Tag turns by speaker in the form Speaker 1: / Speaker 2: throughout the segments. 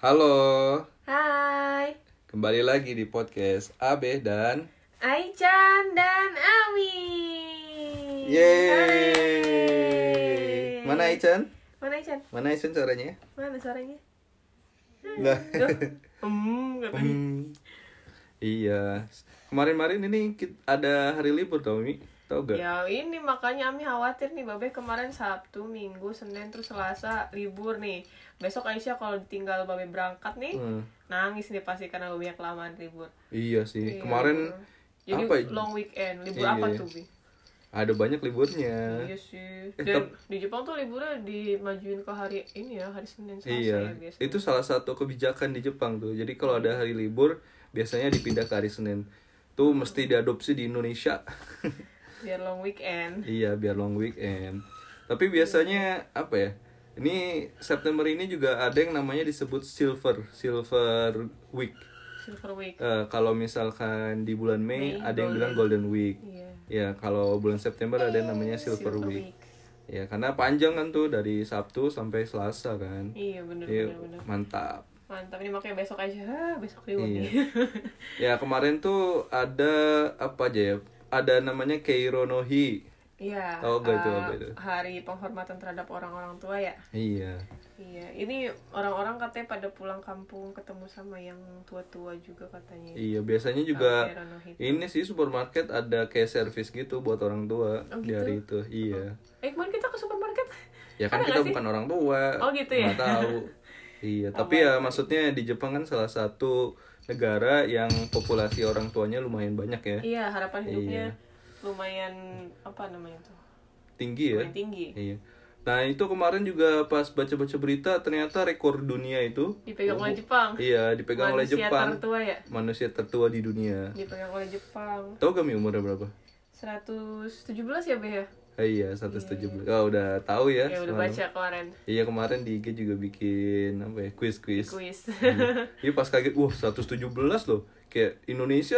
Speaker 1: Halo,
Speaker 2: Hai,
Speaker 1: kembali lagi di podcast AB dan
Speaker 2: Aichan dan Ami.
Speaker 1: Yeay.
Speaker 2: Hai.
Speaker 1: Mana Ichan?
Speaker 2: Mana Aichan?
Speaker 1: Mana ya? Ichan suaranya?
Speaker 2: Mana suaranya?
Speaker 1: Nah.
Speaker 2: Duh. Hmm, katanya.
Speaker 1: Hmm. Iya. Kemarin-marin ini kit- ada hari libur tau Mi? Tau gak?
Speaker 2: Ya ini makanya Ami khawatir nih Babe kemarin Sabtu, Minggu, Senin terus Selasa libur nih. Besok Aisyah kalau ditinggal Babe berangkat nih
Speaker 1: Hmm.
Speaker 2: nangis nih pasti karena Babe kelamaan libur.
Speaker 1: Iya sih.
Speaker 2: Iya.
Speaker 1: Kemarin
Speaker 2: Jadi
Speaker 1: apa ya?
Speaker 2: long weekend, libur
Speaker 1: Iya.
Speaker 2: apa tuh, Bi?
Speaker 1: ada banyak liburnya.
Speaker 2: Iya sih.
Speaker 1: Eh,
Speaker 2: Dan di Jepang tuh liburnya dimajuin ke hari ini ya, hari Senin Selasa ya
Speaker 1: Iya.
Speaker 2: biasanya.
Speaker 1: Itu salah satu kebijakan di Jepang tuh. Jadi kalau ada hari libur biasanya dipindah ke hari Senin. Tuh mesti diadopsi di Indonesia.
Speaker 2: biar long weekend.
Speaker 1: Iya, biar long weekend. Tapi biasanya apa ya? Ini September ini juga ada yang namanya disebut silver, silver week.
Speaker 2: Silver week.
Speaker 1: Eh, kalau misalkan di bulan Mei,
Speaker 2: Mei,
Speaker 1: ada yang bilang golden week.
Speaker 2: Iya.
Speaker 1: Ya, kalau bulan September ada yang namanya silver, week. Ya, karena panjang kan tuh dari Sabtu sampai Selasa kan.
Speaker 2: Iya bener
Speaker 1: Iya,
Speaker 2: bener bener.
Speaker 1: mantap.
Speaker 2: Mantap ini makanya besok aja. Ah, besok libur
Speaker 1: Iya.
Speaker 2: nih.
Speaker 1: Ya, kemarin tuh ada apa aja ya? Ada namanya Keiro no Hi.
Speaker 2: Iya.
Speaker 1: Tahu nggak Oh, itu
Speaker 2: eh,
Speaker 1: apa itu?
Speaker 2: Hari penghormatan terhadap orang-orang tua ya.
Speaker 1: Iya.
Speaker 2: Iya. Ini orang-orang katanya pada pulang kampung ketemu sama yang tua-tua juga katanya.
Speaker 1: Iya, biasanya juga
Speaker 2: Oke, Rono Hit.
Speaker 1: Ini sih supermarket ada kayak service gitu buat orang tua
Speaker 2: Oh,
Speaker 1: di
Speaker 2: gitu?
Speaker 1: hari itu. Iya.
Speaker 2: Eh kemarin kita ke supermarket.
Speaker 1: Ya kan
Speaker 2: Ada
Speaker 1: kita
Speaker 2: nggak sih?
Speaker 1: bukan orang tua.
Speaker 2: Oh, gitu ya? Oh,
Speaker 1: nggak tahu. iya, tapi ya maksudnya di Jepang kan salah satu negara yang populasi orang tuanya lumayan banyak ya.
Speaker 2: Iya harapan
Speaker 1: Iya.
Speaker 2: hidupnya lumayan apa namanya tuh?
Speaker 1: Tinggi ya.
Speaker 2: Lumayan tinggi.
Speaker 1: Iya. Nah, itu kemarin juga pas baca-baca berita ternyata rekor dunia itu
Speaker 2: Dipegang oleh Jepang.
Speaker 1: iya dipegang oleh
Speaker 2: Manusia
Speaker 1: Jepang.
Speaker 2: tertua Iya. ya.
Speaker 1: Manusia tertua di dunia.
Speaker 2: Dipegang oleh Jepang.
Speaker 1: Tahu gak Mi umurnya berapa?
Speaker 2: 117 ya, Be ya?
Speaker 1: Ah, iya, 117. Oh, udah tahu ya.
Speaker 2: Ya udah
Speaker 1: semalam.
Speaker 2: baca kemarin
Speaker 1: Iya kemarin di IG juga bikin apa ya quiz
Speaker 2: di
Speaker 1: quiz.
Speaker 2: kuis.
Speaker 1: Iya pas kaget, wah 117 loh. Kayak Indonesia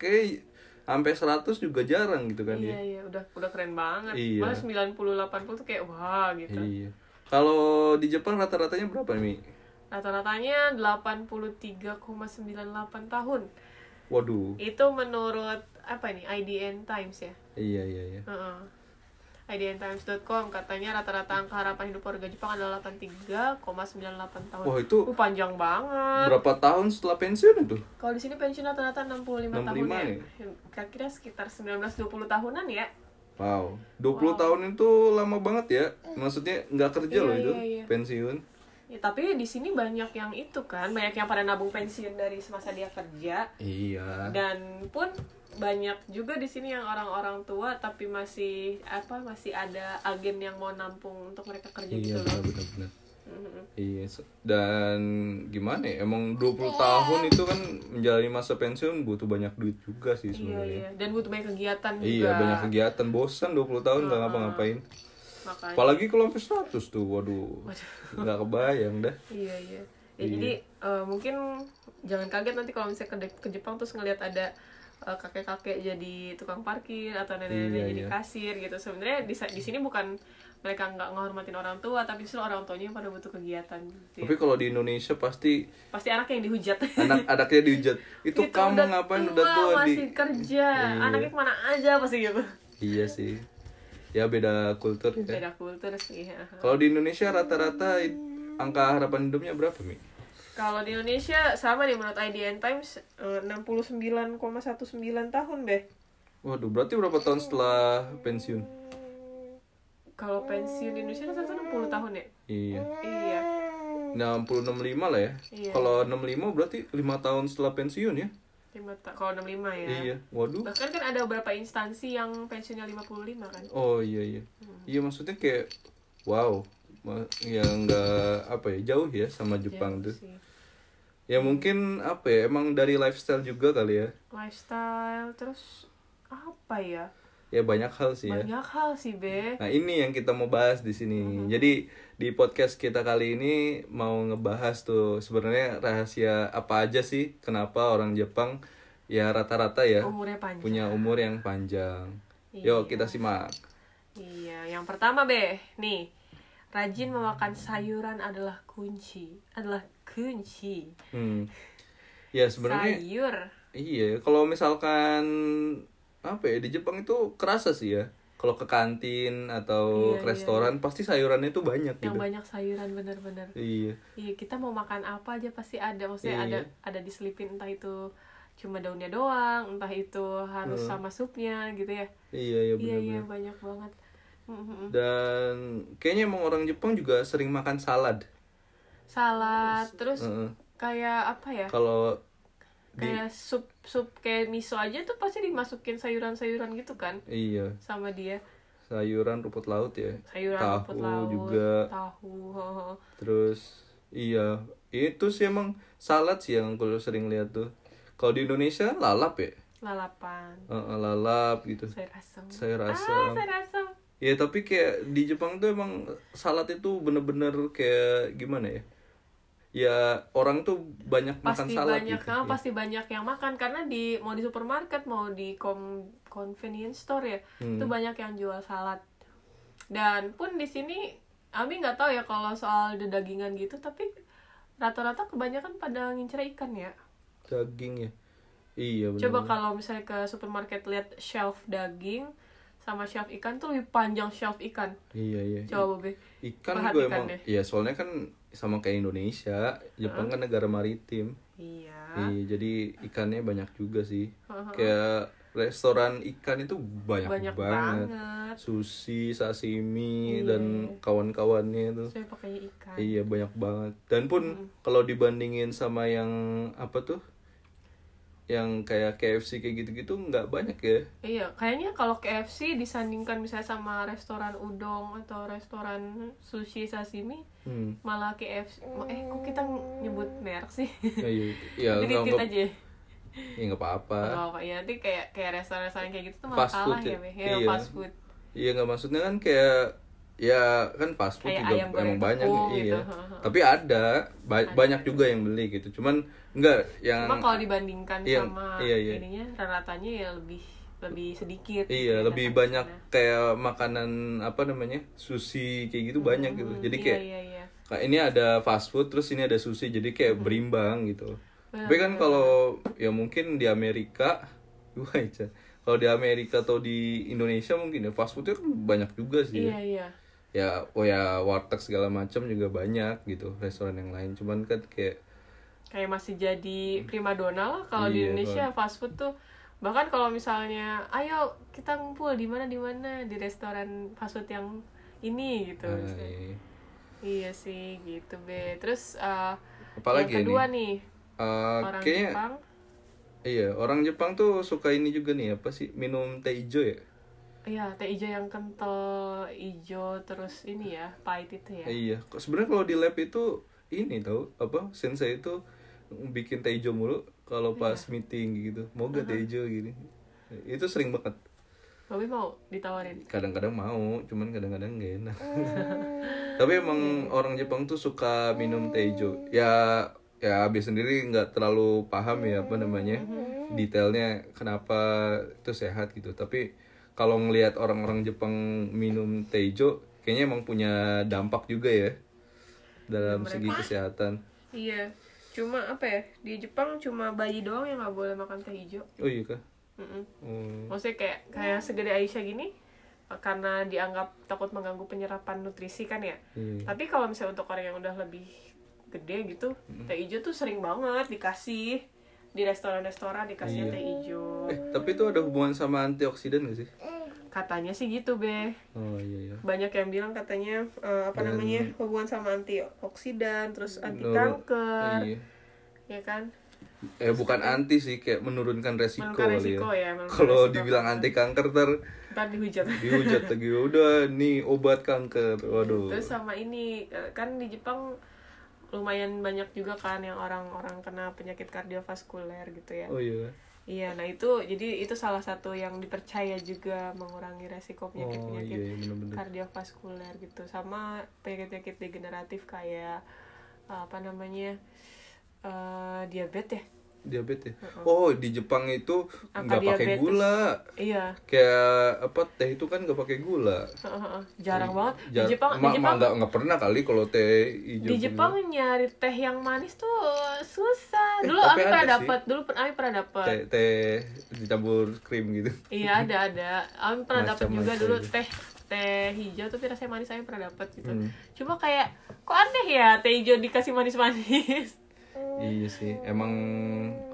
Speaker 1: kayak sampai 100 juga jarang gitu kan
Speaker 2: Iya
Speaker 1: ya.
Speaker 2: iya udah udah keren banget.
Speaker 1: Iya.
Speaker 2: Malah 90 80 tuh kayak wah gitu.
Speaker 1: Iya. Kalau di Jepang rata-ratanya berapa nih? Mi?
Speaker 2: Rata-ratanya 83,98 tahun.
Speaker 1: Waduh.
Speaker 2: Itu menurut apa nih IDN Times ya?
Speaker 1: Iya iya iya.
Speaker 2: Heeh. IDNTimes.com katanya rata-rata angka harapan hidup warga Jepang adalah 83,98 tahun.
Speaker 1: Wah itu
Speaker 2: Uh, panjang banget.
Speaker 1: berapa tahun setelah pensiun itu?
Speaker 2: Kalau di sini pensiun rata-rata 65, tahun
Speaker 1: 65
Speaker 2: ya.
Speaker 1: ya?
Speaker 2: Kira-kira sekitar 19-20 tahunan ya.
Speaker 1: Wow. 20 tahun itu lama banget ya. Maksudnya nggak kerja
Speaker 2: Iya,
Speaker 1: loh itu
Speaker 2: iya, iya.
Speaker 1: pensiun.
Speaker 2: Ya, tapi di sini banyak yang itu kan, banyak yang pada nabung pensiun dari semasa dia kerja
Speaker 1: Iya.
Speaker 2: dan pun banyak juga di sini yang orang-orang tua tapi masih apa masih ada agen yang mau nampung untuk mereka kerja
Speaker 1: Iya
Speaker 2: gitu loh.
Speaker 1: benar-benar.
Speaker 2: Mhm.
Speaker 1: Iya, se- dan gimana ya? Emang 20 tahun itu kan menjalani masa pensiun butuh banyak duit juga sih
Speaker 2: Iya
Speaker 1: sebenarnya.
Speaker 2: iya dan butuh banyak kegiatan
Speaker 1: Iya,
Speaker 2: juga.
Speaker 1: banyak kegiatan. Bosan 20 tahun nggak ngapa-ngapain.
Speaker 2: Makanya
Speaker 1: Apalagi kalau sampai 100 tuh, waduh. Nggak kebayang dah.
Speaker 2: Iya iya. Ya, Jadi eh, mungkin jangan kaget nanti kalau misalnya ke, de- ke Jepang terus ngelihat ada eh, kakek-kakek jadi tukang parkir atau nenek-nenek
Speaker 1: Iya,
Speaker 2: jadi
Speaker 1: iya.
Speaker 2: kasir gitu. Sebenarnya di, sa- di sini bukan mereka nggak ngehormatin orang tua, tapi justru orang tuanya yang pada butuh kegiatan. Gitu.
Speaker 1: Tapi
Speaker 2: ya.
Speaker 1: kalau di Indonesia pasti
Speaker 2: Pasti anak yang dihujat. Gitu,
Speaker 1: anak-anaknya dihujat. Itu, kamu
Speaker 2: udah
Speaker 1: ngapain udah tua di
Speaker 2: masih kerja, anaknya kemana aja pasti gitu.
Speaker 1: Iya sih. Ya beda kultur ya.
Speaker 2: Beda kultur sih. ya.
Speaker 1: Kalau di Indonesia rata-rata i- angka harapan hidupnya berapa, Mi?
Speaker 2: Kalau di Indonesia sama nih menurut IDN Times eh, 69,19 tahun deh.
Speaker 1: Waduh, berarti berapa tahun setelah pensiun?
Speaker 2: Kalau pensiun di Indonesia kan rata-rata 60 tahun ya?
Speaker 1: Iya.
Speaker 2: Iya.
Speaker 1: Nah, 65 lah ya.
Speaker 2: Iya.
Speaker 1: Kalau 65 berarti 5 tahun setelah pensiun ya.
Speaker 2: Lima ta- kalau 65 ya.
Speaker 1: Iya. Waduh.
Speaker 2: Bahkan kan ada beberapa instansi yang pensiunnya 55 kan.
Speaker 1: Oh iya iya.
Speaker 2: Hmm.
Speaker 1: Iya maksudnya kayak wow. Ma- Ya nggak apa ya jauh ya sama Jepang tuh.
Speaker 2: Iya, Sih.
Speaker 1: Ya mungkin apa ya emang dari lifestyle juga kali ya.
Speaker 2: Lifestyle terus apa ya?
Speaker 1: Ya banyak hal sih ya.
Speaker 2: Banyak Hmm. hal sih, Be.
Speaker 1: Nah ini yang kita mau bahas di sini. Jadi di podcast kita kali ini mau ngebahas tuh sebenarnya rahasia apa aja sih kenapa orang Jepang ya rata-rata ya
Speaker 2: Umurnya panjang.
Speaker 1: punya umur yang panjang. Yuk kita simak.
Speaker 2: Iya, yang pertama, Be. Nih. Rajin memakan sayuran adalah kunci. Adalah kunci. kunci
Speaker 1: Hmm. Ya sebenarnya
Speaker 2: sayur
Speaker 1: iya kalau misalkan apa ya di Jepang itu kerasa sih ya. Kalau ke kantin atau ke
Speaker 2: Iya, iya.
Speaker 1: restoran pasti sayurannya itu banyak
Speaker 2: yang
Speaker 1: gitu.
Speaker 2: banyak sayuran bener-bener
Speaker 1: Iya.
Speaker 2: iya kita mau makan apa aja pasti ada maksudnya
Speaker 1: Iya.
Speaker 2: ada ada diselipin entah itu cuma daunnya doang entah itu harus
Speaker 1: Hmm.
Speaker 2: sama supnya gitu ya
Speaker 1: Iya iya
Speaker 2: iya iya
Speaker 1: benar-benar.
Speaker 2: banyak banget Mm, mm, mm.
Speaker 1: Dan kayaknya emang orang Jepang juga sering makan salad.
Speaker 2: salad terus
Speaker 1: Heeh.
Speaker 2: kayak apa ya
Speaker 1: Kalau di
Speaker 2: kayak sup sup kayak miso aja tuh pasti dimasukin sayuran-sayuran gitu kan
Speaker 1: iya
Speaker 2: sama dia
Speaker 1: sayuran rumput laut ya.
Speaker 2: sayuran
Speaker 1: Tahu
Speaker 2: rumput laut
Speaker 1: juga.
Speaker 2: tahu hehe.
Speaker 1: Terus iya itu sih emang salad sih yang aku sering lihat tuh. Kalau di Indonesia lalap ya,
Speaker 2: lalapan
Speaker 1: Heeh, lalap gitu.
Speaker 2: sayur asem
Speaker 1: Sayur
Speaker 2: ah
Speaker 1: asam.
Speaker 2: sayur asem
Speaker 1: Ya tapi kayak di Jepang tuh emang salad itu bener-bener kayak gimana ya? Ya orang tuh banyak makan
Speaker 2: pasti
Speaker 1: salad
Speaker 2: banyak
Speaker 1: gitu.
Speaker 2: ah,
Speaker 1: ya.
Speaker 2: pasti banyak yang makan karena di mau di supermarket mau di com- convenience store ya
Speaker 1: Hmm.
Speaker 2: itu banyak yang jual salad dan pun di sini Abi nggak tahu ya kalau soal dedagingan gitu tapi rata-rata kebanyakan pada ngincer ikan ya
Speaker 1: Daging ya. Iya bener.
Speaker 2: coba kalau misalnya ke supermarket lihat shelf daging sama shelf ikan tuh lebih panjang shelf ikan
Speaker 1: Iya iya.
Speaker 2: coba Bobe
Speaker 1: Ikan juga
Speaker 2: perhatikan
Speaker 1: emang.
Speaker 2: deh.
Speaker 1: Iya soalnya kan sama kayak Indonesia, Jepang kan negara maritim.
Speaker 2: iya
Speaker 1: Iya, jadi ikannya banyak juga sih.
Speaker 2: Heeh.
Speaker 1: Kayak restoran ikan itu banyak,
Speaker 2: banyak
Speaker 1: banget.
Speaker 2: banget
Speaker 1: Sushi, sashimi
Speaker 2: Iya.
Speaker 1: dan kawan-kawannya itu.
Speaker 2: saya pakainya ikan
Speaker 1: Iya, banyak banget. Dan pun kalau dibandingin sama yang apa tuh? Yang kayak KFC kayak gitu-gitu nggak banyak ya.
Speaker 2: Iya, kayaknya kalau KFC disandingkan misalnya sama restoran udon atau restoran sushi sashimi,
Speaker 1: Hmm.
Speaker 2: malah KFC. Eh, kok kita nyebut merek sih?
Speaker 1: Ya, iya, iya,
Speaker 2: Jadi
Speaker 1: nggak
Speaker 2: tit
Speaker 1: nggak-
Speaker 2: aja.
Speaker 1: ya, nggak apa-apa.
Speaker 2: Atau apa ya? Nanti kayak kayak restoran-restoran kayak gitu tuh malah
Speaker 1: Fast
Speaker 2: kalah
Speaker 1: food
Speaker 2: ya,
Speaker 1: ya?
Speaker 2: Be. Ya,
Speaker 1: Iya.
Speaker 2: fast food.
Speaker 1: Iya nggak maksudnya kan kayak ya kan fast food
Speaker 2: Kayak
Speaker 1: juga
Speaker 2: ayam goreng
Speaker 1: emang banyak
Speaker 2: tepung
Speaker 1: iya.
Speaker 2: gitu.
Speaker 1: Tapi ada, ba- banyak juga yang beli gitu. Cuman enggak yang
Speaker 2: Cuma kalau dibandingkan
Speaker 1: kan Iya,
Speaker 2: sama
Speaker 1: iya, iya.
Speaker 2: ininya rata-ratanya ya lebih lebih
Speaker 1: iya
Speaker 2: sedikit. gitu ya,
Speaker 1: lebih
Speaker 2: datang
Speaker 1: banyak
Speaker 2: ke sana.
Speaker 1: kayak makanan apa namanya? sushi kayak gitu banyak gitu. Jadi
Speaker 2: Iya,
Speaker 1: kayak
Speaker 2: iya, iya.
Speaker 1: kayak ini ada fast food terus ini ada sushi jadi
Speaker 2: Hmm.
Speaker 1: kayak berimbang gitu.
Speaker 2: Benar,
Speaker 1: Tapi kan kalau ya mungkin di Amerika wah Ica. kalau di Amerika atau di Indonesia mungkin ya fast foodnya kan banyak juga sih. ya.
Speaker 2: Iya, iya.
Speaker 1: ya oh ya warteg segala macam juga banyak gitu restoran yang lain cuman kan kayak
Speaker 2: kayak masih jadi primadona lah kalau
Speaker 1: Hmm.
Speaker 2: di
Speaker 1: Iya,
Speaker 2: Indonesia fast food tuh bahkan kalau misalnya ayo kita ngumpul di mana di mana di restoran fast food yang ini gitu
Speaker 1: nah,
Speaker 2: misalnya.
Speaker 1: iya.
Speaker 2: iya sih gitu be terus eh,
Speaker 1: apalagi
Speaker 2: yang kedua
Speaker 1: nih
Speaker 2: nih
Speaker 1: ya, Eh,
Speaker 2: orang
Speaker 1: kayaknya
Speaker 2: Jepang
Speaker 1: iya orang Jepang tuh suka ini juga nih apa sih minum teh hijau ya
Speaker 2: iya teh hijau yang kental hijau terus ini ya pahit itu ya
Speaker 1: iya kok sebenarnya kalau di lab itu ini tau apa sensei itu bikin teh hijau mulu kalau pas meeting gitu mau gak teh hijau gini itu sering banget
Speaker 2: Bobby mau ditawarin
Speaker 1: kadang-kadang mau cuman kadang-kadang gak enak tapi emang orang Jepang tuh suka minum teh hijau ya ya abis sendiri nggak terlalu paham ya apa namanya detailnya kenapa itu sehat gitu tapi kalau ngelihat orang-orang Jepang minum teh hijau kayaknya emang punya dampak juga ya dalam segi kesehatan
Speaker 2: iya cuma apa ya di Jepang cuma bayi doang yang nggak boleh makan teh hijau
Speaker 1: oh iya kah
Speaker 2: Mm-mm.
Speaker 1: Hmm.
Speaker 2: maksudnya kayak kayak segede Aisyah gini eh, karena dianggap takut mengganggu penyerapan nutrisi kan ya
Speaker 1: Iya.
Speaker 2: tapi kalau misalnya untuk orang yang udah lebih gede gitu teh hijau tuh sering banget dikasih di restoran-restoran
Speaker 1: Iya.
Speaker 2: dikasih teh hijau
Speaker 1: eh tapi itu ada hubungan sama antioksidan gak sih
Speaker 2: katanya sih gitu be
Speaker 1: oh iya iya
Speaker 2: banyak yang bilang katanya eh, apa
Speaker 1: Dan-
Speaker 2: namanya hubungan sama antioksidan terus anti
Speaker 1: Menurut-
Speaker 2: kanker
Speaker 1: iya
Speaker 2: ya kan
Speaker 1: Eh bukan anti sih, kayak menurunkan resiko
Speaker 2: Menurunkan
Speaker 1: kali
Speaker 2: resiko
Speaker 1: ya.
Speaker 2: ya, menurunkan
Speaker 1: Kalau
Speaker 2: resiko
Speaker 1: dibilang anti kanker ter
Speaker 2: ntar dihujat
Speaker 1: dihujat lagi udah nih obat kanker. Waduh.
Speaker 2: Terus sama ini eh, kan di Jepang lumayan banyak juga kan yang orang-orang kena penyakit kardiovaskuler gitu ya.
Speaker 1: Oh iya.
Speaker 2: Iya, nah itu jadi itu salah satu yang dipercaya juga mengurangi
Speaker 1: Oh
Speaker 2: resiko
Speaker 1: iya,
Speaker 2: penyakit-penyakit
Speaker 1: iya benar-benar.
Speaker 2: kardiovaskuler gitu. Sama penyakit-penyakit degeneratif kayak eh, apa namanya? eh diabetes ya.
Speaker 1: diabetes. Oh, di Jepang itu
Speaker 2: Angka
Speaker 1: nggak pakai
Speaker 2: diabetes.
Speaker 1: gula.
Speaker 2: Iya.
Speaker 1: Kayak apa teh itu kan nggak pakai gula.
Speaker 2: Heeh, Jarang banget. Di
Speaker 1: Iya, Jar-
Speaker 2: Jepang, di
Speaker 1: ma- ma-
Speaker 2: Jepang,
Speaker 1: nggak gitu nggak pernah kali kalau teh hijau. gitu.
Speaker 2: di Jepang nyari teh yang manis tuh susah.
Speaker 1: Eh,
Speaker 2: Dulu
Speaker 1: tapi ada
Speaker 2: Ami pernah
Speaker 1: sih.
Speaker 2: dapat, dulu pernah Ami pernah dapat.
Speaker 1: teh teh dicampur krim gitu.
Speaker 2: Iya ada ada. Ami pernah dapat juga
Speaker 1: Macam-macam. gitu.
Speaker 2: dulu teh teh hijau tapi rasanya manis Ami pernah dapat gitu.
Speaker 1: Hmm.
Speaker 2: Cuma kayak kok aneh ya teh hijau dikasih manis-manis.
Speaker 1: Iya sih, emang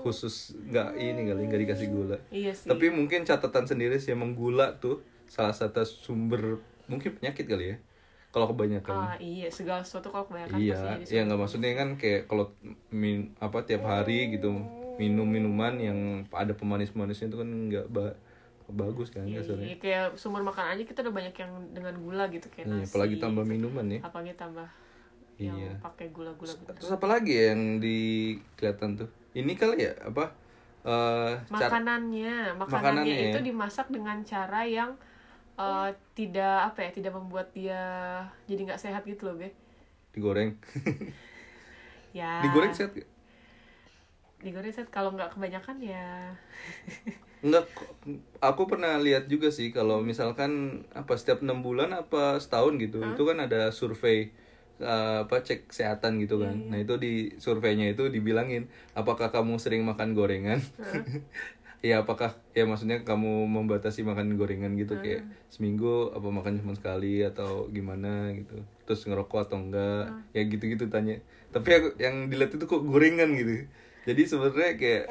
Speaker 1: khusus nggak ini kali nggak dikasih gula.
Speaker 2: iya sih.
Speaker 1: Tapi mungkin catatan sendiri sih emang gula tuh salah satu sumber mungkin penyakit kali ya. Kalau kebanyakan.
Speaker 2: Ah, iya segala sesuatu kalau kebanyakan pasti
Speaker 1: iya,
Speaker 2: jadi
Speaker 1: ya nggak maksudnya kan kayak kalau min apa tiap hari gitu minum minuman yang ada pemanis-manisnya itu kan nggak ba- bagus kan
Speaker 2: Iya,
Speaker 1: kasarnya.
Speaker 2: iya, kayak sumber makan aja kita udah banyak yang dengan gula gitu kayak
Speaker 1: Iya,
Speaker 2: nasi.
Speaker 1: apalagi tambah minuman ya.
Speaker 2: apalagi tambah yang
Speaker 1: Iya.
Speaker 2: pakai gula-gula gitu.
Speaker 1: Terus apa lagi ya yang di kelihatan tuh? Ini kali ya apa? eh cat-
Speaker 2: Makanannya, makanannya,
Speaker 1: Makanannya ya.
Speaker 2: itu dimasak dengan cara yang eh, tidak apa ya, tidak membuat dia jadi nggak sehat gitu loh, Be.
Speaker 1: digoreng.
Speaker 2: Ya.
Speaker 1: digoreng sehat nggak?
Speaker 2: digoreng sehat kalau nggak kebanyakan ya.
Speaker 1: Enggak, kok. aku pernah lihat juga sih kalau misalkan apa setiap enam bulan apa setahun gitu, itu kan ada survei eh, apa cek kesehatan gitu kan. Nah itu di surveinya itu dibilangin apakah kamu sering makan gorengan? ya apakah ya maksudnya kamu membatasi makan gorengan gitu kayak seminggu apa makan cuma sekali atau gimana gitu terus ngerokok atau enggak ya gitu-gitu tanya tapi aku- yang dilihat itu kok gorengan gitu jadi sebenarnya kayak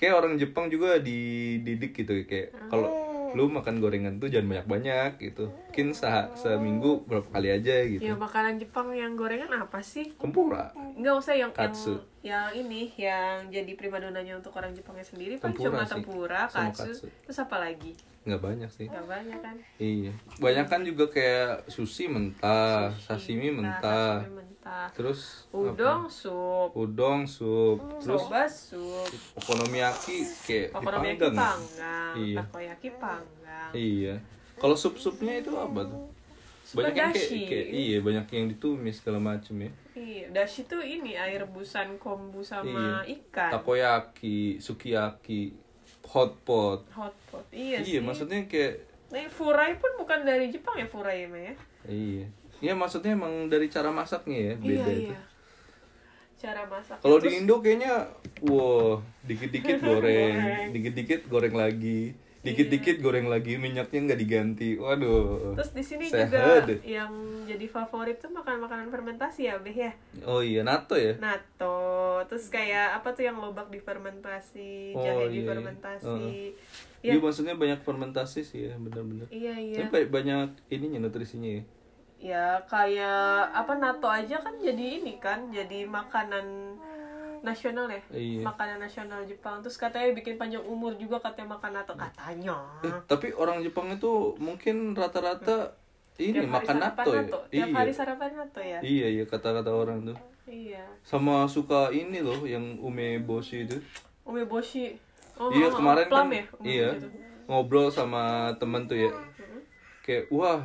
Speaker 1: kayak orang Jepang juga dididik gitu kayak kalau
Speaker 2: Oh.
Speaker 1: lu makan gorengan tuh jangan banyak-banyak gitu mungkin se- seminggu berapa kali aja gitu
Speaker 2: Ya makanan Jepang yang gorengan apa sih?
Speaker 1: tempura
Speaker 2: Nggak usah yang
Speaker 1: Katsu.
Speaker 2: yang yang ini yang jadi primadonanya untuk orang Jepangnya sendiri paling
Speaker 1: Tempura
Speaker 2: cuma
Speaker 1: sih.
Speaker 2: tempura,
Speaker 1: Sama
Speaker 2: katsu,
Speaker 1: katsu.
Speaker 2: terus apa lagi?
Speaker 1: nggak banyak sih
Speaker 2: Nggak banyak kan?
Speaker 1: iya banyak kan juga kayak sushi mentah sashimi mentah
Speaker 2: Nah, Iya, Sashimi mentah.
Speaker 1: terus
Speaker 2: Udon sup,
Speaker 1: udon sup terus
Speaker 2: soba sup,
Speaker 1: okonomiyaki kayak
Speaker 2: okonomiyaki
Speaker 1: dipanggang ya?
Speaker 2: panggang,
Speaker 1: Iya.
Speaker 2: takoyaki panggang.
Speaker 1: iya kalau sup supnya itu apa tuh banyak yang kayak,
Speaker 2: dashi.
Speaker 1: kayak- iya banyak yang ditumis segala macem ya
Speaker 2: Iya, dashi tuh ini air rebusan kombu sama
Speaker 1: Iya.
Speaker 2: ikan.
Speaker 1: takoyaki sukiyaki hot pot
Speaker 2: Hot pot. Iya,
Speaker 1: iya
Speaker 2: sih.
Speaker 1: maksudnya kayak
Speaker 2: Nah, furai pun bukan dari Jepang ya furai mah ya.
Speaker 1: iya iya maksudnya emang dari cara masaknya ya beda itu
Speaker 2: Cara masak.
Speaker 1: Kalau
Speaker 2: Iya, Ya, Terus
Speaker 1: di Indo kayaknya wow, dikit-dikit goreng, dikit-dikit goreng lagi, dikit-dikit goreng lagi, minyaknya nggak diganti. Waduh.
Speaker 2: Iya. Terus di sini
Speaker 1: Sehat.
Speaker 2: juga yang jadi favorit tuh makan makanan fermentasi ya, Beh ya.
Speaker 1: Oh iya, nato ya.
Speaker 2: Nah, Nato, terus kayak apa tuh yang lobak difermentasi,
Speaker 1: Oh,
Speaker 2: jahe
Speaker 1: iya, iya.
Speaker 2: difermentasi.
Speaker 1: Iya,
Speaker 2: Ya,
Speaker 1: maksudnya banyak fermentasi sih ya, benar-benar.
Speaker 2: iya iya.
Speaker 1: Tapi ba- banyak ininya nutrisinya ya.
Speaker 2: Ya kayak apa nato aja kan jadi ini kan, jadi makanan nasional ya.
Speaker 1: Iya.
Speaker 2: Makanan nasional Jepang. Terus katanya bikin panjang umur juga katanya makan nato katanya.
Speaker 1: Eh, tapi orang Jepang itu mungkin rata-rata ini
Speaker 2: Tiap hari
Speaker 1: makan
Speaker 2: sarapan
Speaker 1: nato ya.
Speaker 2: Tiap
Speaker 1: iya.
Speaker 2: hari sarapan nato ya.
Speaker 1: Iya, iya kata-kata orang tuh.
Speaker 2: Iya.
Speaker 1: Sama suka ini loh yang umeboshi itu.
Speaker 2: Umeboshi. Oh,
Speaker 1: iya
Speaker 2: oh, oh,
Speaker 1: kemarin kan
Speaker 2: plum ya? Umeboshi
Speaker 1: iya
Speaker 2: tuh.
Speaker 1: ngobrol sama temen tuh ya
Speaker 2: Hmm,
Speaker 1: kayak wah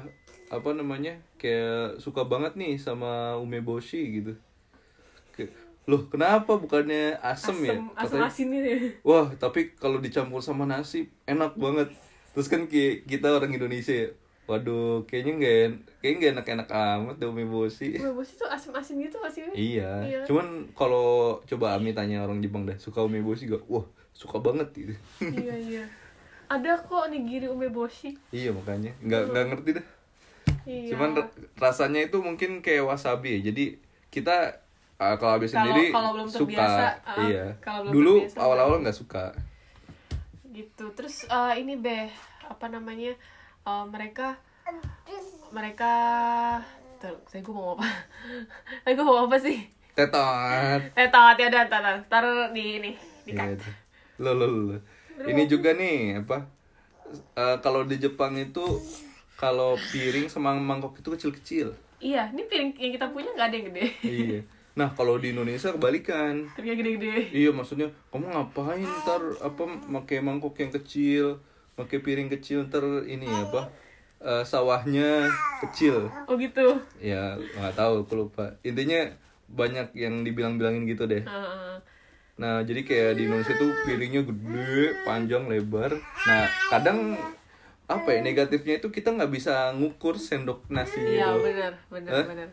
Speaker 1: apa namanya kayak suka banget nih sama umeboshi gitu kayak, loh kenapa bukannya asem, ya
Speaker 2: Asem, asem
Speaker 1: Katanya, Iya.
Speaker 2: asin gitu ya.
Speaker 1: wah tapi kalau dicampur sama nasi enak banget terus kan ki- kita orang Indonesia ya waduh kayaknya nggak en- kayaknya nggak enak-enak amat deh umeboshi
Speaker 2: Umeboshi tuh asem-asin gitu gak sih? Wi?
Speaker 1: Iya.
Speaker 2: Iya.
Speaker 1: cuman kalau coba Ami tanya orang Jepang dah suka umeboshi gak? Wah suka banget gitu.
Speaker 2: iya, iya. Ada kok nigiri umeboshi.
Speaker 1: Iya makanya nggak nggak ngerti dah.
Speaker 2: Iya.
Speaker 1: Cuman ra- rasanya itu mungkin kayak wasabi. ya. Jadi kita uh, kalau habis
Speaker 2: Kalau-
Speaker 1: sendiri
Speaker 2: kalau belum
Speaker 1: suka.
Speaker 2: terbiasa, ah,
Speaker 1: iya.
Speaker 2: kalau belum
Speaker 1: Dulu
Speaker 2: terbiasa,
Speaker 1: awal-awal nggak suka.
Speaker 2: gitu terus eh, ini beh apa namanya eh, mereka mereka Tuh, tadi gue mau apa tadi gue mau apa sih
Speaker 1: Tetot.
Speaker 2: eh tahu hati ada taruh taruh di ini di
Speaker 1: Iya,
Speaker 2: cut.
Speaker 1: itu. Lo lo lo. Ini juga nih apa? uh, kalau di Jepang itu kalau piring sama mangkok itu kecil-kecil.
Speaker 2: iya ini piring yang kita punya nggak ada yang gede
Speaker 1: iya. Nah, kalau di Indonesia kebalikan.
Speaker 2: piringnya gede-gede
Speaker 1: Iya maksudnya kamu ngapain ntar apa pakai mangkok yang kecil, pakai piring kecil ntar ini apa eh, sawahnya kecil.
Speaker 2: oh gitu
Speaker 1: Ya nggak tahu aku lupa. Intinya banyak yang dibilang-bilangin gitu deh.
Speaker 2: Heeh.
Speaker 1: Nah, jadi kayak di Indonesia tuh piringnya gede, panjang, lebar. Nah, kadang apa ya negatifnya itu kita nggak bisa ngukur sendok nasi
Speaker 2: Iya
Speaker 1: gitu.
Speaker 2: benar benar
Speaker 1: Hah?
Speaker 2: benar.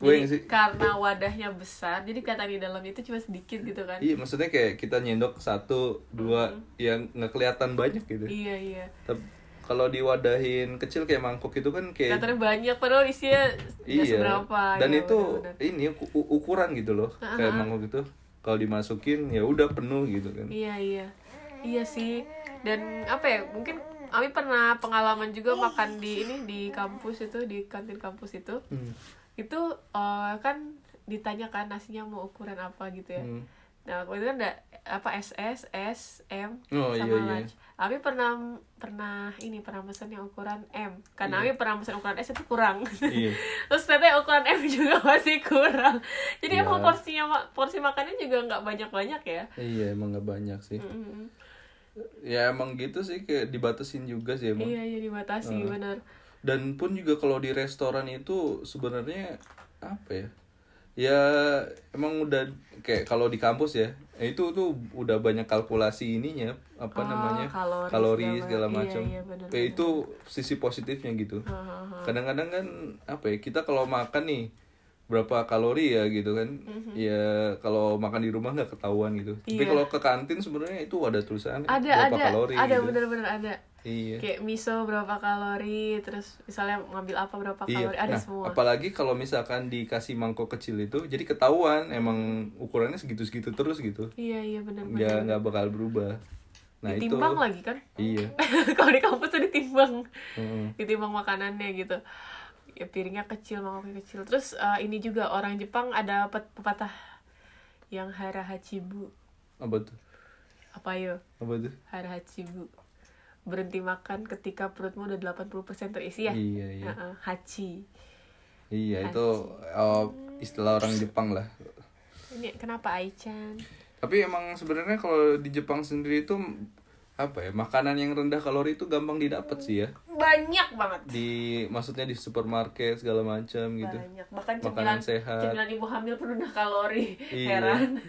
Speaker 1: Gue
Speaker 2: Jadi
Speaker 1: yang sih.
Speaker 2: karena wadahnya besar, jadi kelihatan di dalamnya itu cuma sedikit gitu kan?
Speaker 1: Iya, maksudnya kayak kita nyendok satu, dua, yang nggak kelihatan banyak gitu.
Speaker 2: Iya iya.
Speaker 1: Tapi kalau diwadahin kecil kayak mangkok itu kan kayak
Speaker 2: Kelihatannya banyak padahal isinya nggak
Speaker 1: iya.
Speaker 2: seberapa.
Speaker 1: Dan
Speaker 2: Iya,
Speaker 1: itu
Speaker 2: benar-benar.
Speaker 1: ini uku- ukuran gitu loh, kayak mangkok itu kalau dimasukin ya udah penuh gitu kan.
Speaker 2: Iya iya. Iya sih. Dan apa ya? Mungkin Ami pernah pengalaman juga makan di ini di kampus itu di kantin kampus itu.
Speaker 1: Hmm.
Speaker 2: Itu eh, kan ditanyakan nasinya mau ukuran apa gitu ya.
Speaker 1: Hmm.
Speaker 2: Nah, waktu itu kan ada apa SS, S, M
Speaker 1: Oh,
Speaker 2: sama
Speaker 1: iya, iya.
Speaker 2: lunch. Ami pernah pernah ini pernah pesan yang ukuran M. Karena Ami pernah pesan ukuran S itu kurang.
Speaker 1: Iya.
Speaker 2: Terus ternyata ukuran M juga masih kurang. Jadi
Speaker 1: Iya.
Speaker 2: emang porsinya ma- porsi makannya juga nggak banyak-banyak ya.
Speaker 1: Iya emang nggak banyak sih.
Speaker 2: Mm-mm.
Speaker 1: Ya emang gitu sih kayak dibatasin juga sih emang.
Speaker 2: Iya, iya dibatasi benar.
Speaker 1: Dan pun juga kalau di restoran itu sebenarnya apa ya? Ya emang udah kayak kalau di kampus ya itu tuh udah banyak kalkulasi ininya apa
Speaker 2: Ah,
Speaker 1: namanya
Speaker 2: kalori
Speaker 1: segala,
Speaker 2: segala- iya,
Speaker 1: macam.
Speaker 2: iya, Hmm. bener,
Speaker 1: Ya, itu sisi positifnya gitu.
Speaker 2: Hahaha.
Speaker 1: Kadang-kadang kan apa ya kita kalau makan nih berapa kalori ya gitu kan ya kalau makan di rumah nggak ketahuan gitu tapi
Speaker 2: Mm-hmm. Iya.
Speaker 1: kalau ke kantin sebenarnya itu ada tulisan berapa
Speaker 2: Ada, ada,
Speaker 1: kalori
Speaker 2: ada
Speaker 1: gitu.
Speaker 2: benar-benar ada.
Speaker 1: iya
Speaker 2: Kayak miso berapa kalori, terus misalnya ngambil apa berapa
Speaker 1: Iya.
Speaker 2: kalori, ada
Speaker 1: nah,
Speaker 2: semua.
Speaker 1: apalagi kalau misalkan dikasih mangkok kecil itu, jadi ketahuan emang ukurannya segitu-segitu terus gitu,
Speaker 2: Iya, iya benar-benar.
Speaker 1: nggak nggak bakal berubah. Nah
Speaker 2: Ditimbang
Speaker 1: itu,
Speaker 2: lagi kan?
Speaker 1: iya,
Speaker 2: kalau di kampus tuh ditimbang
Speaker 1: Heeh.
Speaker 2: ditimbang makanannya gitu ya piringnya kecil mangkoknya kecil terus eh, ini juga orang Jepang ada pet- pepatah yang hara hachibu
Speaker 1: apa tuh,
Speaker 2: apa yo
Speaker 1: apa tuh?
Speaker 2: hara hachibu berhenti makan ketika perutmu udah 80% terisi ya
Speaker 1: Iya iya,
Speaker 2: Nah, eh, hachi
Speaker 1: iya
Speaker 2: Nah,
Speaker 1: itu eh, istilah orang Jepang lah.
Speaker 2: ini kenapa Aichan
Speaker 1: Tapi emang sebenarnya kalau di Jepang sendiri itu apa ya makanan yang rendah kalori itu gampang didapat sih ya
Speaker 2: banyak banget
Speaker 1: di maksudnya di supermarket segala macam gitu
Speaker 2: banyak bahkan cemilan
Speaker 1: makanan sehat
Speaker 2: cemilan ibu hamil penuh kalori
Speaker 1: Iya.
Speaker 2: heran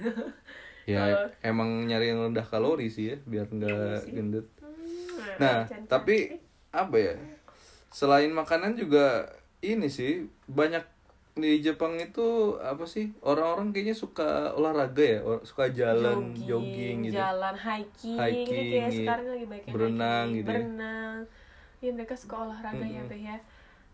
Speaker 1: Ya emang nyari yang rendah kalori sih ya biar
Speaker 2: Iya
Speaker 1: nggak gendut. Nah
Speaker 2: Aichan.
Speaker 1: tapi apa ya? Selain makanan juga ini sih banyak di Jepang itu apa sih orang-orang kayaknya suka olahraga ya or- suka jalan jogging, gitu.
Speaker 2: jalan hiking,
Speaker 1: Hiking,
Speaker 2: gitu
Speaker 1: iya.
Speaker 2: ya sekarang lagi banyak yang
Speaker 1: Berenang
Speaker 2: hiking,
Speaker 1: gitu ya.
Speaker 2: berenang ya mereka suka olahraga ya Beh ya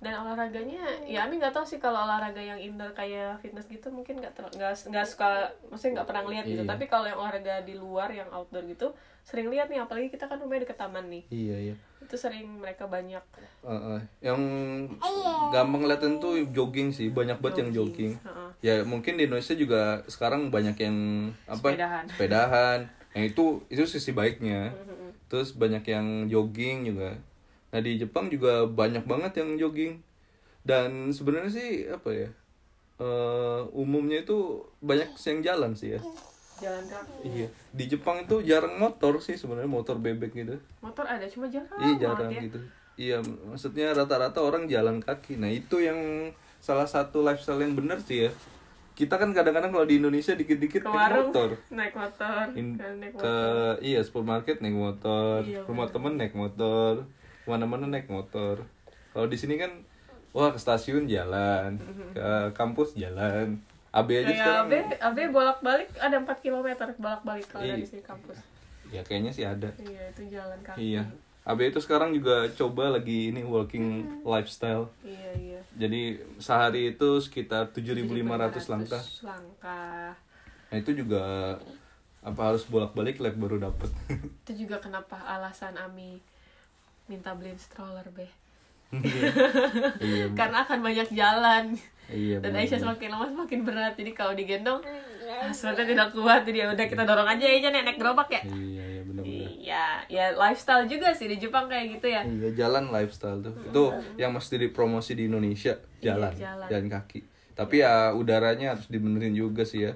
Speaker 2: dan olahraganya ya Ami nggak tahu sih kalau olahraga yang indoor kayak fitness gitu mungkin nggak ter- nggak nggak suka maksudnya nggak pernah lihat gitu
Speaker 1: Iya.
Speaker 2: tapi kalau yang olahraga di luar yang outdoor gitu sering lihat nih apalagi kita kan rumahnya deket taman nih
Speaker 1: Iya iya.
Speaker 2: itu sering mereka banyak
Speaker 1: Heeh. yang gampang kelihatan tuh jogging sih banyak banget yang jogging.
Speaker 2: Heeh.
Speaker 1: Ya mungkin di Indonesia juga sekarang banyak yang apa?
Speaker 2: Sepedahan.
Speaker 1: Sepedahan. Yang itu itu sisi baiknya. Terus banyak yang jogging juga. Nah di Jepang juga banyak banget yang jogging. Dan sebenarnya sih apa ya? eh, umumnya itu banyak yang jalan sih ya.
Speaker 2: jalan kaki
Speaker 1: Iya. Di Jepang itu jarang motor sih sebenarnya motor bebek gitu.
Speaker 2: motor ada cuma jarang
Speaker 1: Iya
Speaker 2: banget
Speaker 1: jarang
Speaker 2: ya.
Speaker 1: gitu. Iya, maksudnya rata-rata orang jalan kaki. Nah, itu yang salah satu lifestyle yang benar sih ya. Kita kan kadang-kadang kalau di Indonesia dikit-dikit
Speaker 2: ke
Speaker 1: naik
Speaker 2: warung
Speaker 1: motor.
Speaker 2: naik motor
Speaker 1: In-
Speaker 2: kan, naik
Speaker 1: ke iya supermarket naik motor,
Speaker 2: Iya,
Speaker 1: rumah temen naik motor, mana-mana naik motor. Kalau di sini kan wah ke stasiun jalan, ke kampus jalan. AB aja
Speaker 2: Mm-hmm. Kayak
Speaker 1: Iya, sekarang.
Speaker 2: AB, AB bolak-balik ada 4 km bolak-balik kalau
Speaker 1: Iya.
Speaker 2: dari sini kampus.
Speaker 1: Ya kayaknya sih ada.
Speaker 2: Iya, itu jalan kaki.
Speaker 1: Iya. AB itu sekarang juga coba lagi ini
Speaker 2: Mm-hmm.
Speaker 1: walking lifestyle.
Speaker 2: Iya, iya.
Speaker 1: Jadi sehari itu sekitar 7.500 langkah.
Speaker 2: 500 Langkah.
Speaker 1: Nah, itu juga apa harus bolak-balik lab baru dapat.
Speaker 2: Itu juga kenapa alasan Ami minta beliin stroller, Beh.
Speaker 1: iya.
Speaker 2: Karena akan banyak jalan.
Speaker 1: Iya.
Speaker 2: Dan
Speaker 1: benar.
Speaker 2: Aisyah semakin lama semakin berat. Jadi kalau digendong, ah, suratnya tidak kuat. Jadi ya udah kita dorong aja Aisyah nenek gerobak ya.
Speaker 1: Iya, iya benar-benar.
Speaker 2: Iya, ya lifestyle juga sih di Jepang kayak gitu ya.
Speaker 1: Iya, jalan lifestyle tuh. Itu yang mesti dipromosi di Indonesia,
Speaker 2: Iya,
Speaker 1: jalan,
Speaker 2: jalan. Iya.
Speaker 1: jalan kaki. Tapi ya udaranya harus dibenerin juga sih ya.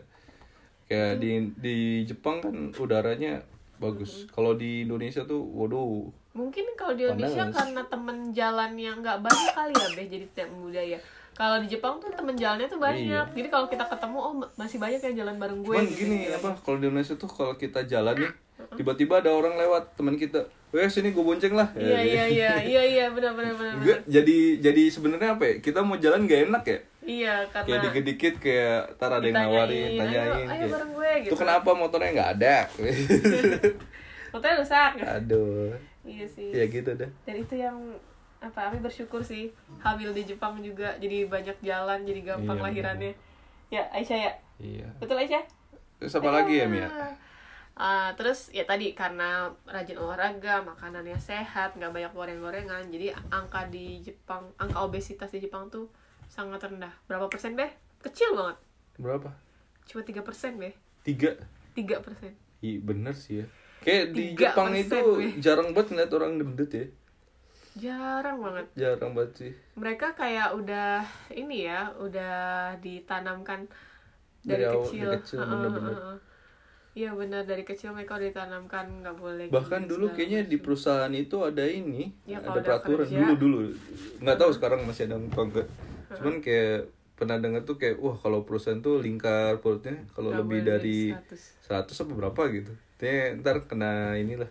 Speaker 1: Kayak di di Jepang kan udaranya bagus. Kalau di Indonesia tuh waduh.
Speaker 2: Mungkin kalau di Indonesia
Speaker 1: Panas.
Speaker 2: karena temen jalan yang nggak banyak kali ya, Beh, jadi tidak budaya. kalau di Jepang tuh temen jalannya tuh banyak
Speaker 1: Iya.
Speaker 2: jadi kalau kita ketemu oh ma- masih banyak yang jalan bareng gue
Speaker 1: Cuman gini apa kalau di Indonesia tuh kalau kita jalan nih tiba-tiba ada orang lewat teman kita, weh sini gue bonceng lah.
Speaker 2: iya iya iya iya iya benar benar benar benar.
Speaker 1: Nggak, jadi jadi sebenarnya apa ya? Kita mau jalan gak enak ya?
Speaker 2: iya
Speaker 1: Kayak
Speaker 2: karena
Speaker 1: dikit-dikit kayak tar ada yang
Speaker 2: ditanyain,
Speaker 1: nawarin,
Speaker 2: ayo,
Speaker 1: tanyain.
Speaker 2: ayo
Speaker 1: kayak,
Speaker 2: bareng gue gitu
Speaker 1: Tuh kenapa motornya nggak ada?
Speaker 2: Fotonya rusak
Speaker 1: Aduh.
Speaker 2: iya sih
Speaker 1: Ya gitu deh.
Speaker 2: dan itu yang apa Ami bersyukur sih hamil di Jepang juga jadi banyak jalan jadi gampang
Speaker 1: Iya,
Speaker 2: lahirannya ya Aisyah ya
Speaker 1: Iya.
Speaker 2: betul Aisyah
Speaker 1: Terus apa lagi ya Mia?
Speaker 2: Ah, terus ya tadi karena rajin olahraga makanannya sehat nggak banyak goreng-gorengan jadi angka di Jepang angka obesitas di Jepang tuh sangat rendah berapa persen beh kecil banget
Speaker 1: Berapa?
Speaker 2: cuma tiga persen beh
Speaker 1: Tiga.
Speaker 2: tiga persen
Speaker 1: Iya bener sih ya. Kayak di
Speaker 2: Tiga
Speaker 1: Jepang
Speaker 2: persen,
Speaker 1: itu
Speaker 2: weh.
Speaker 1: jarang banget ngeliat orang gendut ya.
Speaker 2: jarang banget
Speaker 1: Jarang banget sih.
Speaker 2: mereka kayak udah ini ya udah ditanamkan
Speaker 1: Dari
Speaker 2: dari,
Speaker 1: awal-
Speaker 2: kecil Ah,
Speaker 1: dari kecil,
Speaker 2: Heeh,
Speaker 1: bener-bener.
Speaker 2: heeh. iya benar dari kecil mereka udah ditanamkan nggak boleh
Speaker 1: Bahkan
Speaker 2: gini,
Speaker 1: dulu
Speaker 2: Iya, segala
Speaker 1: kayaknya di
Speaker 2: macam.
Speaker 1: perusahaan itu ada ini,
Speaker 2: Ya, kalau
Speaker 1: ada
Speaker 2: udah
Speaker 1: peraturan
Speaker 2: kerja.
Speaker 1: dulu dulu. Nggak tahu sekarang masih ada apa enggak. Cuman kayak pernah dengar tuh kayak wah kalau perusahaan tuh lingkar perutnya kalau
Speaker 2: Nggak
Speaker 1: lebih
Speaker 2: boleh
Speaker 1: dari
Speaker 2: 100.
Speaker 1: 100 apa berapa gitu. Tanya, ntar kena inilah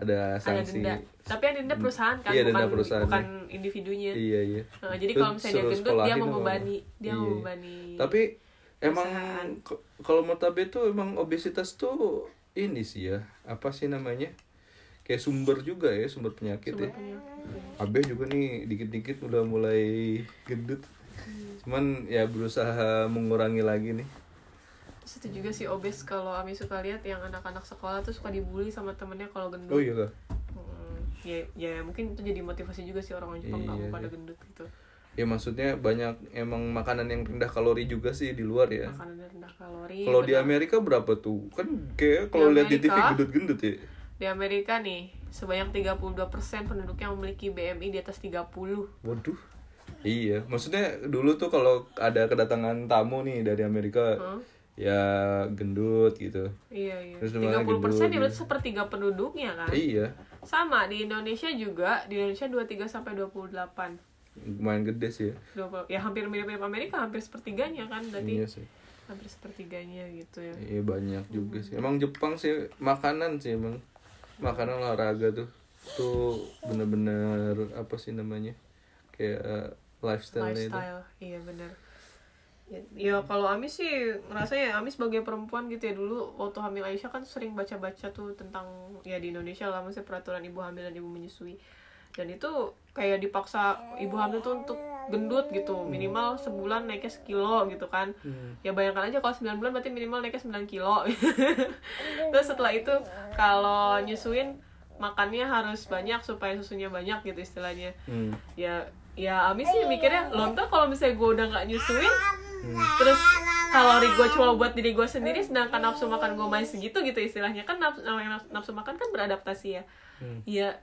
Speaker 1: ada
Speaker 2: ada
Speaker 1: sanksi.
Speaker 2: denda tapi yang denda perusahaan kan
Speaker 1: Iya, denda
Speaker 2: bukan
Speaker 1: perusahaannya.
Speaker 2: bukan individunya
Speaker 1: Iya iya.
Speaker 2: Nah, jadi
Speaker 1: Terus
Speaker 2: kalau misalnya dia
Speaker 1: suruh
Speaker 2: gendut dia
Speaker 1: sekolahin apa?
Speaker 2: membebani dia
Speaker 1: Iya.
Speaker 2: membebani
Speaker 1: Tapi emang
Speaker 2: perusahaan.
Speaker 1: ke- kalau mau tabe tuh emang obesitas tuh ini sih ya. Apa sih namanya? Kayak sumber juga ya, sumber penyakit
Speaker 2: Sumber
Speaker 1: ya.
Speaker 2: penyakit.
Speaker 1: Abe juga nih dikit-dikit udah mulai gendut. Cuman ya berusaha mengurangi lagi nih.
Speaker 2: terus itu juga sih obes kalau Ami suka lihat yang anak-anak sekolah tuh suka dibully sama temennya kalau gendut
Speaker 1: Oh iya lah.
Speaker 2: Mm, ya, ya mungkin itu jadi motivasi juga sih orang Jepang
Speaker 1: Iya,
Speaker 2: kamu pada
Speaker 1: iya.
Speaker 2: gendut gitu
Speaker 1: Ya maksudnya banyak emang makanan yang rendah kalori juga sih di luar ya.
Speaker 2: makanan rendah kalori
Speaker 1: Kalau di
Speaker 2: Iya, benar.
Speaker 1: Amerika berapa tuh? Kan kayak kalau lihat di TV
Speaker 2: Amerika?
Speaker 1: gendut-gendut ya.
Speaker 2: di Amerika nih sebanyak 32% penduduk yang memiliki BMI di atas 30
Speaker 1: Waduh. Iya, maksudnya dulu tuh kalau ada kedatangan tamu nih dari Amerika
Speaker 2: Hmm.
Speaker 1: ya gendut gitu.
Speaker 2: iya iya
Speaker 1: Terus
Speaker 2: 30%
Speaker 1: dimana
Speaker 2: ya
Speaker 1: gendut?
Speaker 2: berarti sepertiga penduduknya kan
Speaker 1: Iya,
Speaker 2: Sama di Indonesia juga, di Indonesia 23 sampai 28.
Speaker 1: Iya, lumayan gede sih ya.
Speaker 2: 20, ya hampir mirip-mirip Amerika, hampir sepertiganya kan berarti
Speaker 1: Iya sih.
Speaker 2: hampir sepertiganya gitu ya.
Speaker 1: Iya banyak juga sih. Emang Jepang sih makanan sih emang makanan olahraga tuh tuh bener-bener apa sih namanya kayak lifestyle itu.
Speaker 2: Lifestyle, iya benar. Ya, ya kalau Amis sih ngerasa ya Amis sebagai perempuan gitu ya dulu waktu hamil Aisyah kan sering baca-baca tuh tentang ya di Indonesia lah maksudnya peraturan ibu hamil dan ibu menyusui dan itu kayak dipaksa ibu hamil tuh untuk gendut gitu minimal sebulan naiknya sekilo gitu kan ya bayangkan aja kalau 9 bulan berarti minimal naiknya 9 kilo terus setelah itu kalau nyusuin makannya harus banyak supaya susunya banyak gitu istilahnya
Speaker 1: Hmm.
Speaker 2: ya ya Ami sih mikirnya lontar kalau misalnya gue udah nggak nyusuin terus kalori gue cuma buat diri gue sendiri sedangkan nafsu makan gue masih segitu gitu istilahnya kan nafsu, namanya nafsu, nafsu makan kan beradaptasi ya
Speaker 1: Hmm.
Speaker 2: ya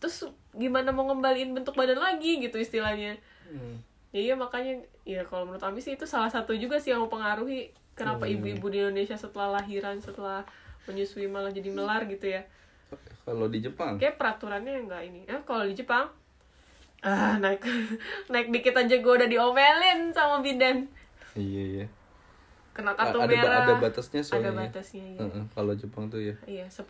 Speaker 2: terus gimana mau ngembaliin bentuk badan lagi gitu istilahnya
Speaker 1: Hmm.
Speaker 2: ya iya makanya ya kalau menurut Ami sih itu salah satu juga sih yang mempengaruhi kenapa ibu-ibu di Indonesia setelah lahiran setelah menyusui malah jadi melar gitu ya
Speaker 1: Kalau di Jepang
Speaker 2: kayak peraturannya nggak ini eh kalau di Jepang ah naik naik dikit aja gue udah diomelin sama bidan
Speaker 1: iya iya. A-
Speaker 2: kena kartu
Speaker 1: ada ba-
Speaker 2: merah
Speaker 1: ada batasnya
Speaker 2: ada
Speaker 1: soalnya. ya.
Speaker 2: batasnya ya
Speaker 1: Heeh, kalau Jepang tuh ya.
Speaker 2: iya 10%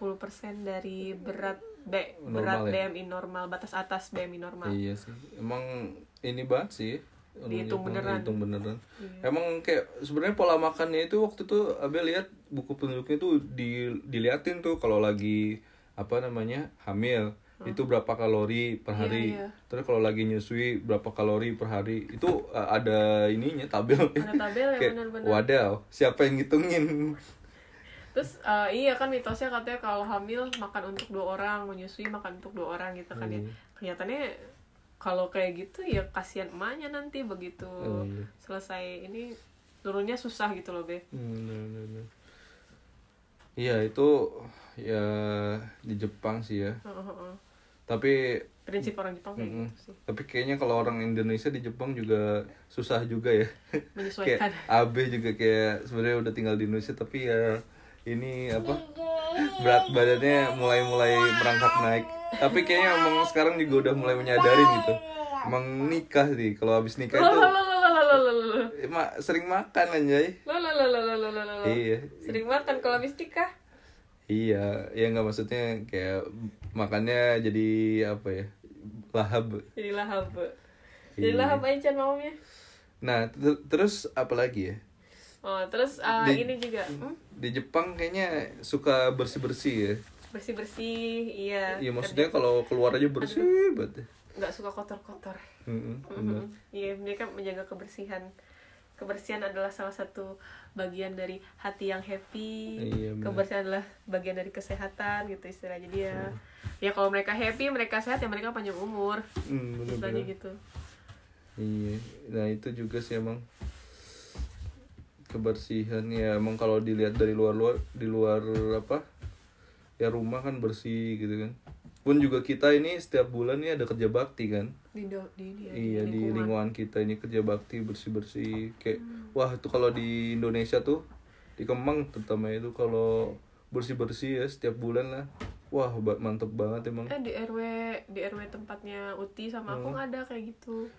Speaker 2: dari berat B,
Speaker 1: Normal
Speaker 2: berat
Speaker 1: ya?
Speaker 2: BMI normal batas atas BMI normal
Speaker 1: Iya sih. Emang ini banget sih. orang Jepang,
Speaker 2: Dihitung beneran. Iya.
Speaker 1: dihitung beneran. Emang kayak sebenarnya pola makannya itu waktu tuh Abe lihat buku penduduknya tuh di diliatin tuh kalau lagi apa namanya? hamil itu berapa kalori per hari.
Speaker 2: iya.
Speaker 1: Terus kalau lagi nyusui berapa kalori per hari. Itu uh, ada ininya tabel.
Speaker 2: Ada tabel ya,
Speaker 1: Kayak,
Speaker 2: bener-bener.
Speaker 1: Wadaw, siapa yang ngitungin?
Speaker 2: terus eh, iya kan mitosnya katanya kalau hamil makan untuk dua orang menyusui makan untuk dua orang gitu kan
Speaker 1: Iya.
Speaker 2: ya kelihatannya kalau kayak gitu ya kasihan emaknya nanti begitu
Speaker 1: Iya.
Speaker 2: selesai ini turunnya susah gitu loh be
Speaker 1: Hmm, bener, bener, bener. Iya itu ya di Jepang sih ya.
Speaker 2: Heeh, heeh.
Speaker 1: Tapi
Speaker 2: prinsip orang Jepang kayak
Speaker 1: Mm-mm.
Speaker 2: gitu sih
Speaker 1: tapi kayaknya kalau orang Indonesia di Jepang juga susah juga ya.
Speaker 2: menyesuaikan
Speaker 1: kayak AB juga kayak sebenarnya udah tinggal di Indonesia tapi ya ini apa berat badannya mulai-mulai merangkak naik. Tapi kayaknya emang sekarang juga udah mulai menyadarin gitu. Emang nikah sih kalau habis nikah
Speaker 2: lo
Speaker 1: itu
Speaker 2: lo lo lo lo
Speaker 1: ma- sering makan anjay.
Speaker 2: Lo lo lo lo lo lo lo, lo.
Speaker 1: Iya.
Speaker 2: Sering makan kalau habis nikah.
Speaker 1: Iya, ya nggak maksudnya kayak makannya jadi apa ya? Lahab.
Speaker 2: Jadi lahap. Jadi lahap Aichan mamamnya.
Speaker 1: Nah, ter- terus apa lagi ya?
Speaker 2: Oh, terus ah,
Speaker 1: Di-
Speaker 2: ini juga hmm?
Speaker 1: Di Jepang kayaknya suka bersih-bersih ya.
Speaker 2: bersih-bersih, iya.
Speaker 1: Iya, maksudnya kalau keluar aja bersih ya. banget.
Speaker 2: nggak suka kotor-kotor.
Speaker 1: Mm-mm, bener.
Speaker 2: Mhm. Iya, mereka menjaga kebersihan. Kebersihan adalah salah satu bagian dari hati yang happy.
Speaker 1: Iya, benar.
Speaker 2: kebersihan adalah bagian dari kesehatan gitu istilah. Jadi ya, ya kalau mereka happy, mereka sehat, ya mereka panjang umur.
Speaker 1: Mm, bener-bener.
Speaker 2: Istilahnya gitu.
Speaker 1: Iya, nah itu juga sih emang kebersihan ya emang kalau dilihat dari luar-luar di luar apa ya rumah kan bersih gitu kan pun juga kita ini setiap bulan nih ada kerja bakti kan
Speaker 2: Di, do- di, ya, di,
Speaker 1: iya di lingkungan kita ini kerja bakti bersih bersih kayak wah itu kalau di Indonesia tuh di Kemang terutama itu kalau bersih bersih ya setiap bulan lah wah ba- mantep banget emang
Speaker 2: Eh di RW di RW tempatnya Uti sama
Speaker 1: Hmm.
Speaker 2: aku nggak ada kayak gitu.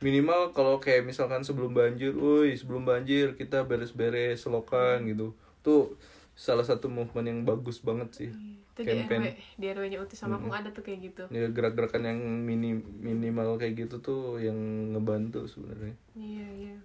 Speaker 1: minimal kalau kayak misalkan sebelum banjir, woi sebelum banjir kita beres-beres selokan gitu. Tuh salah satu movement yang bagus banget sih.
Speaker 2: Itu di RW
Speaker 1: Campaign. Hmm.
Speaker 2: di RW-nya Uti sama aku nggak ada tuh kayak gitu.
Speaker 1: Ya gerak-gerakan yang mini, minimal kayak gitu tuh yang ngebantu sebenarnya.
Speaker 2: Iya iya.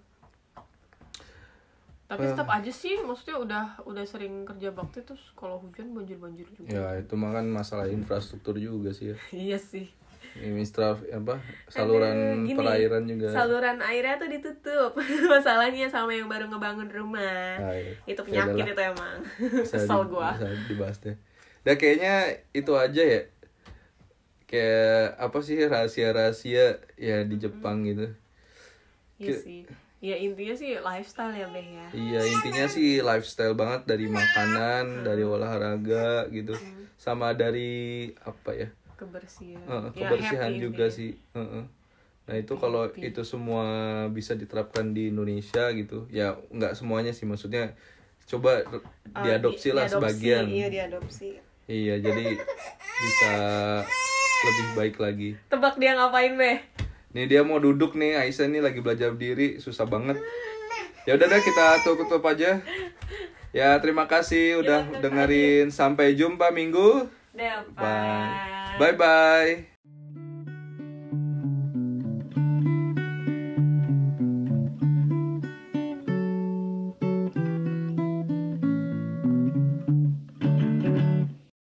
Speaker 2: Tapi
Speaker 1: Eh.
Speaker 2: tetap aja sih, maksudnya udah udah sering kerja bakti terus kalau hujan banjir-banjir juga.
Speaker 1: Ya itu mah kan masalah infrastruktur juga sih ya.
Speaker 2: iya sih.
Speaker 1: Mistra apa saluran
Speaker 2: Aduh, gini,
Speaker 1: perairan juga.
Speaker 2: Saluran airnya tuh ditutup. Masalahnya sama yang baru ngebangun rumah.
Speaker 1: Ah, iya.
Speaker 2: Itu
Speaker 1: Ya udahlah,
Speaker 2: penyakit itu emang.
Speaker 1: bisa
Speaker 2: Kesel
Speaker 1: di-
Speaker 2: gua.
Speaker 1: bisa dibahas deh. Nah kayaknya itu aja ya. Kayak apa sih rahasia-rahasia ya di Jepang gitu.
Speaker 2: Iya sih. Ya intinya sih lifestyle ya, Beh ya.
Speaker 1: Iya intinya sih lifestyle banget dari makanan, dari
Speaker 2: Iya.
Speaker 1: olahraga gitu, sama dari apa ya
Speaker 2: Kebersihan.
Speaker 1: eh,
Speaker 2: Ya,
Speaker 1: kebersihan
Speaker 2: happy
Speaker 1: juga
Speaker 2: intinya.
Speaker 1: sih. Heeh. Nah itu kalau itu semua bisa diterapkan di Indonesia gitu, ya nggak semuanya sih maksudnya coba r-
Speaker 2: Ah, di-
Speaker 1: diadopsi lah
Speaker 2: diadopsi,
Speaker 1: sebagian.
Speaker 2: Iya, diadopsi.
Speaker 1: Iya jadi bisa lebih baik lagi.
Speaker 2: Tebak dia ngapain, Beh?
Speaker 1: Nih dia mau duduk nih, Aisyah nih lagi belajar diri, susah banget. Ya udah deh kita tutup aja. Ya terima kasih
Speaker 2: Ya,
Speaker 1: udah dengerin. Sampai jumpa minggu.
Speaker 2: Depan.
Speaker 1: Bye. Bye bye.